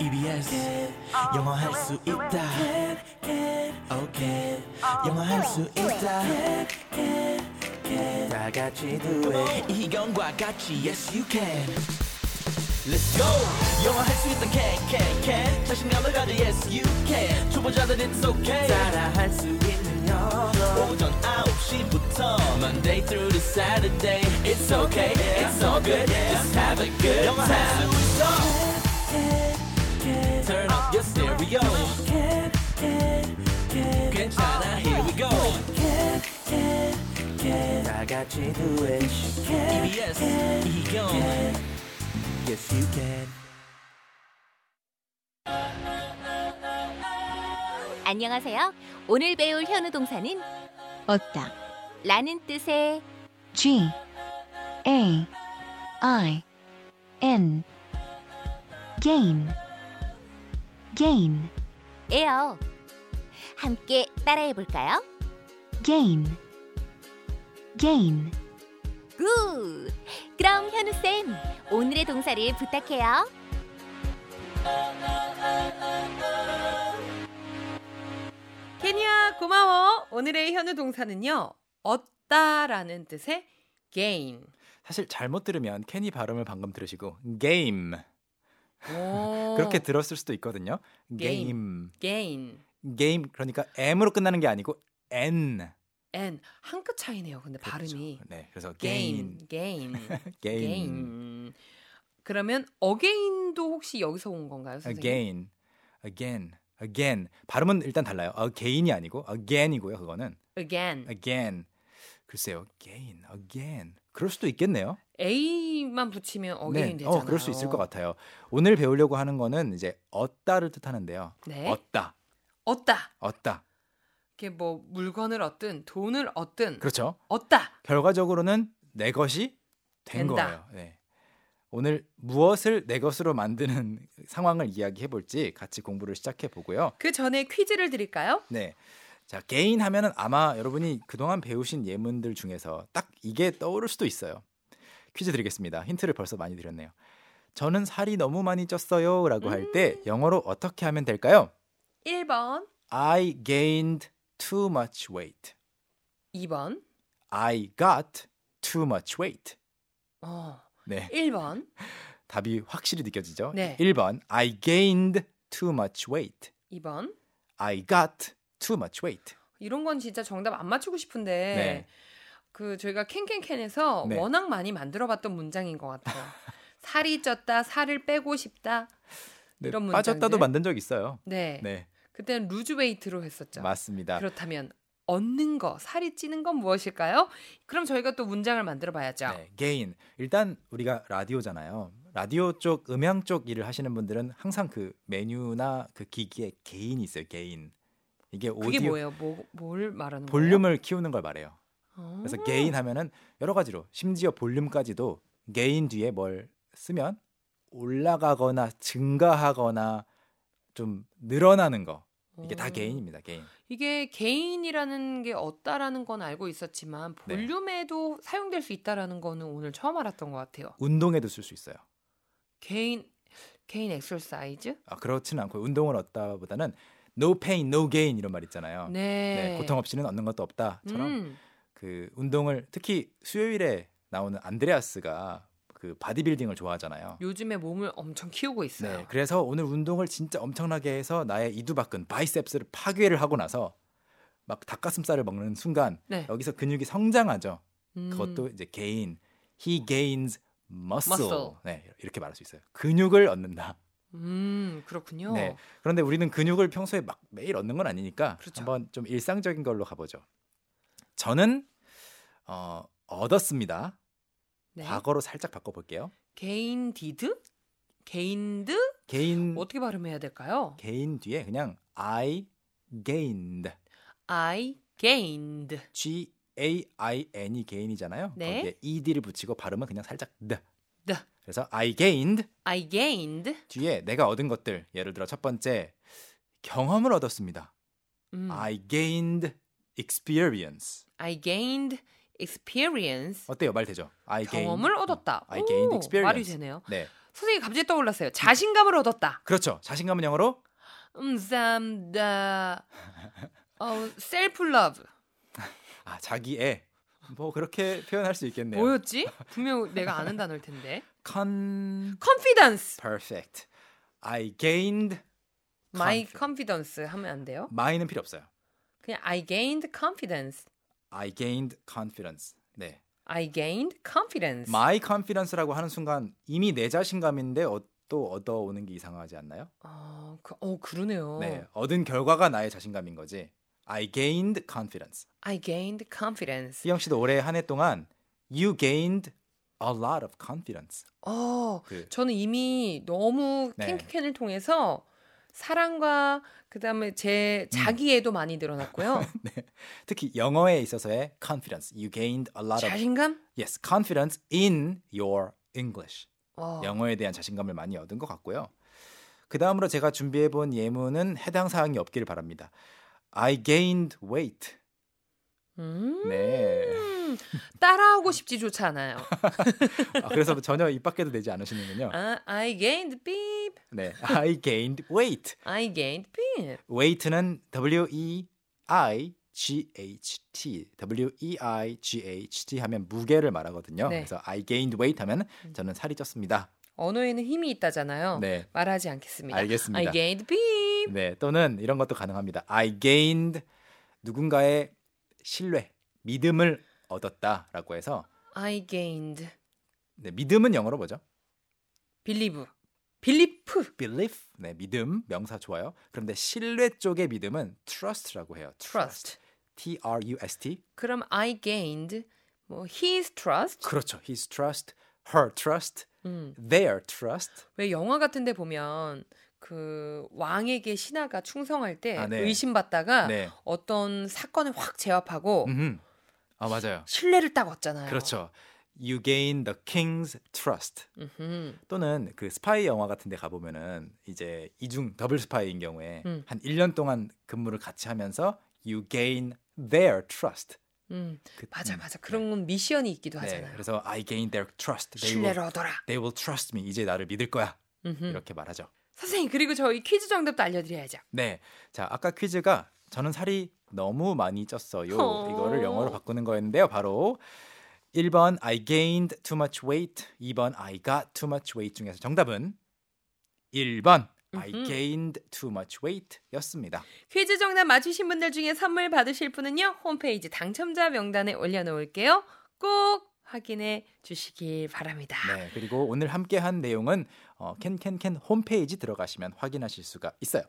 EBS 영어 할 수 있다 오케이 영어 할 수 있다 다 같이 do it 이희경과 같이 yes you can Let's go 영어 할 수 있다 can can can 자신감을 가져 yes you can 초보자들 it's okay 따라 할 수 있는 영어 오전 9시부터 Monday through to Saturday It's okay it's all good just have a good time 영어 할수 있어 Turn up your stereo. 괜찮아, here we go. 다 같이 do it. EBS, 이경. Yes, you can. 안녕하세요. 오늘 배울 현우 동사는 얻다 라는 뜻의 G A I N gain gain 에요. 함께 따라해 볼까요? gain gain 굿! 그럼 현우쌤, 오늘의 동사를 부탁해요. 케냐 고마워. 오늘의 현우 동사는요. 얻다라는 뜻의 gain. 사실 잘못 들으면 캐니 발음을 방금 들으시고 게임 오. 그렇게 들었을 수도 있거든요. 게임. 게임. gain. 게임 그러니까 m으로 끝나는 게 아니고 n. n 한 끗 차이네요. 근데 발음이 그렇죠. 네. 그래서 게임. gain, gain, 게임. gain. 그러면 again도 혹시 여기서 온 아, 건가요, 선생님? again. again. again. 발음은 일단 달라요. again이 아니고 again이고요. 그거는 아, again. again. 글쎄요. gain. again. 그럴 수도 있겠네요. a만 붙이면 again 되잖아요. 어, 그럴 수 있을 것 같아요. 오늘 배우려고 하는 거는 이제 얻다를 뜻하는데요. 네. 얻다. 얻다. 얻다. 이게 뭐 물건을 얻든 돈을 얻든 그렇죠. 얻다. 결과적으로는 내 것이 된 된다. 거예요. 네. 오늘 무엇을 내 것으로 만드는 상황을 이야기해 볼지 같이 공부를 시작해 보고요. 그 전에 퀴즈를 드릴까요? 네. 자, 개인 하면은 아마 여러분이 그동안 배우신 예문들 중에서 딱 이게 떠오를 수도 있어요. 퀴즈 드리겠습니다. 힌트를 벌써 많이 드렸네요. 저는 살이 너무 많이 쪘어요라고 할 때 영어로 어떻게 하면 될까요? 1번, I gained too much weight. 2번, I got too much weight. 어, 네. 1번, 답이 확실히 느껴지죠? 네. 1번 I gained too much weight. 2번. I got too much weight. 이런 건 진짜 정답 안 맞추고 싶은데 네. 그 저희가 캔캔캔에서 네. 워낙 많이 만들어봤던 문장인 것 같아요. 살이 쪘다, 살을 빼고 싶다. 네, 이런 문장들? 빠졌다도 만든 적 있어요. 네, 네. 그때는 루즈웨이트로 했었죠. 맞습니다. 그렇다면 얻는 거, 살이 찌는 건 무엇일까요? 그럼 저희가 또 문장을 만들어봐야죠. 네, gain. 일단 우리가 라디오잖아요. 라디오 쪽 음향 쪽 일을 하시는 분들은 항상 그 메뉴나 그 기기에 gain이 있어요. gain. 이게 그게 오디오 뭐예요? 뭐, 뭘 말하는 거예요? 볼륨을 키우는 걸 말해요. 어, 그래서 gain 하면은 여러 가지로 심지어 볼륨까지도 gain 뒤에 뭘 쓰면 올라가거나 증가하거나 좀 늘어나는 거 이게 다 어. gain입니다. gain. 이게 개인이라는 게 얻다라는 건 알고 있었지만 네. 볼륨에도 사용될 수 있다라는 거는 오늘 처음 알았던 것 같아요. 운동에도 쓸 수 있어요. 개인 개인 엑설사이즈? 아, 그렇지는 않고 운동을 얻다보다는 no pain no gain 이런 말 있잖아요. 네. 네, 고통 없이는 얻는 것도 없다처럼 음, 그 운동을 특히 수요일에 나오는 안드레아스가 그 바디빌딩을 좋아하잖아요. 요즘에 몸을 엄청 키우고 있어요. 네, 그래서 오늘 운동을 진짜 엄청나게 해서 나의 이두박근 바이셉스를 파괴를 하고 나서 막 닭가슴살을 먹는 순간 네. 여기서 근육이 성장하죠. 음, 어, 그것도 이제 gain, he gains muscle. Muscle. 네, 이렇게 말할 수 있어요. 근육을 얻는다. 음 그렇군요. 네. 그런데 우리는 근육을 평소에 막 매일 얻는 건 아니니까 그렇죠. 한번 좀 일상적인 걸로 가보죠. 저는 어, 얻었습니다. 네. 과거로 살짝 바꿔볼게요. 개인 디드? 개인드? 개인 어떻게 발음해야 될까요? 개인 뒤에 그냥 I gained. I gained. G A I N이 개인이잖아요. 네. 거기에 ed를 붙이고 발음은 그냥 살짝 드. 드. 그래서 I gained I gained. 뒤에 내가 얻은 것들 예를 들어 첫 번째 경험을 얻었습니다. 음, I... I gained experience. gained experience. 어때요? 말 되죠? I 경험을 gained. 얻었다. I 오, gained experience. 말이 되네요. 네. 선생님 갑자기 떠올랐어요. 자신감을 얻었다. 그렇죠. 자신감은 영어로 음삼다. 어, 셀프 러브. 아, 자기애. 뭐 그렇게 표현할 수 있겠네요. 뭐였지? 분명 내가 아는 단어일 텐데. Con 컨피던스. perfect. I gained 마이 컨피던스 하면 안 돼요? my는 필요 없어요. 그냥 I gained confidence. I gained confidence. 네. I gained confidence. my confidence라고 하는 순간 이미 내 자신감인데 어, 또 얻어오는 게 이상하지 않나요? 어, 그, 어 그러네요. 네. 얻은 결과가 나의 자신감인 거지. I gained confidence. I gained confidence. 희영 씨도 올해 한 해 동안 you gained a lot of confidence. 어, 그 저는 이미 너무 네. 캔캔캔을 통해서 사랑과 그다음에 제 자기애도 많이 늘어났고요. 특히 영어에 있어서의 confidence. You gained a lot of 자신감? yes, confidence in your English. 어, 영어에 대한 자신감을 많이 얻은 것 같고요. 그 다음으로 제가 준비해 본 예문은 해당 사항이 없기를 바랍니다. I gained weight. 음, 네. 따라하고 싶지조차 않아요. 아, 그래서 전혀 입 밖에도 내지 않으시는군요. 아, I gained beep. 네. I gained weight. I gained beep. weight는 W E I G H T. W E I G H T 하면 무게를 말하거든요. 네. 그래서 I gained weight 하면 저는 살이 쪘습니다. 언어에는 힘이 있다잖아요. 네. 말하지 않겠습니다. 음. 알겠습니다. I gained beep. 네, 또는 이런 것도 가능합니다. I gained 누군가의 신뢰, 믿음을 얻었다라고 해서 I gained 네, 믿음은 영어로 뭐죠? believe. belief. belief. 네, 믿음 명사 좋아요. 그런데 신뢰 쪽의 믿음은 trust라고 해요. trust. T R U S T. 그럼 I gained 뭐 his trust. 그렇죠. his trust, her trust, 음. their trust. 왜 영화 같은데 보면 그 왕에게 신하가 충성할 때 아, 네. 의심받다가 네. 어떤 사건을 확 제압하고 음. 아, 맞아요. 신뢰를 딱 얻잖아요. 그렇죠. You gain the king's trust. 음흠. 또는 그 스파이 영화 같은 데 가보면은 이제 이중 더블 스파이인 경우에 음. 한 1년 동안 근무를 같이 하면서 you gain their trust. 음, 그- 맞아 음, 맞아. 그런 건 미션이 있기도 네. 네. 하잖아요. 그래서 I gain their trust. They 신뢰를 will, 얻어라. they will trust me. 이제 나를 믿을 거야. 음흠. 이렇게 말하죠. 선생님 그리고 저희 퀴즈 정답도 알려드려야죠. 네. 자, 아까 퀴즈가 저는 살이 너무 많이 쪘어요. 어. 이거를 영어로 바꾸는 거였는데요. 바로 1번 I gained too much weight, 2번 I got too much weight 중에서 정답은 1번 I 음흠. gained too much weight였습니다. 퀴즈 정답 맞히신 분들 중에 선물 받으실 분은요 홈페이지 당첨자 명단에 올려놓을게요. 꼭 확인해 주시길 바랍니다. 네, 그리고 오늘 함께한 내용은 어, 캔캔캔 홈페이지 들어가시면 확인하실 수가 있어요.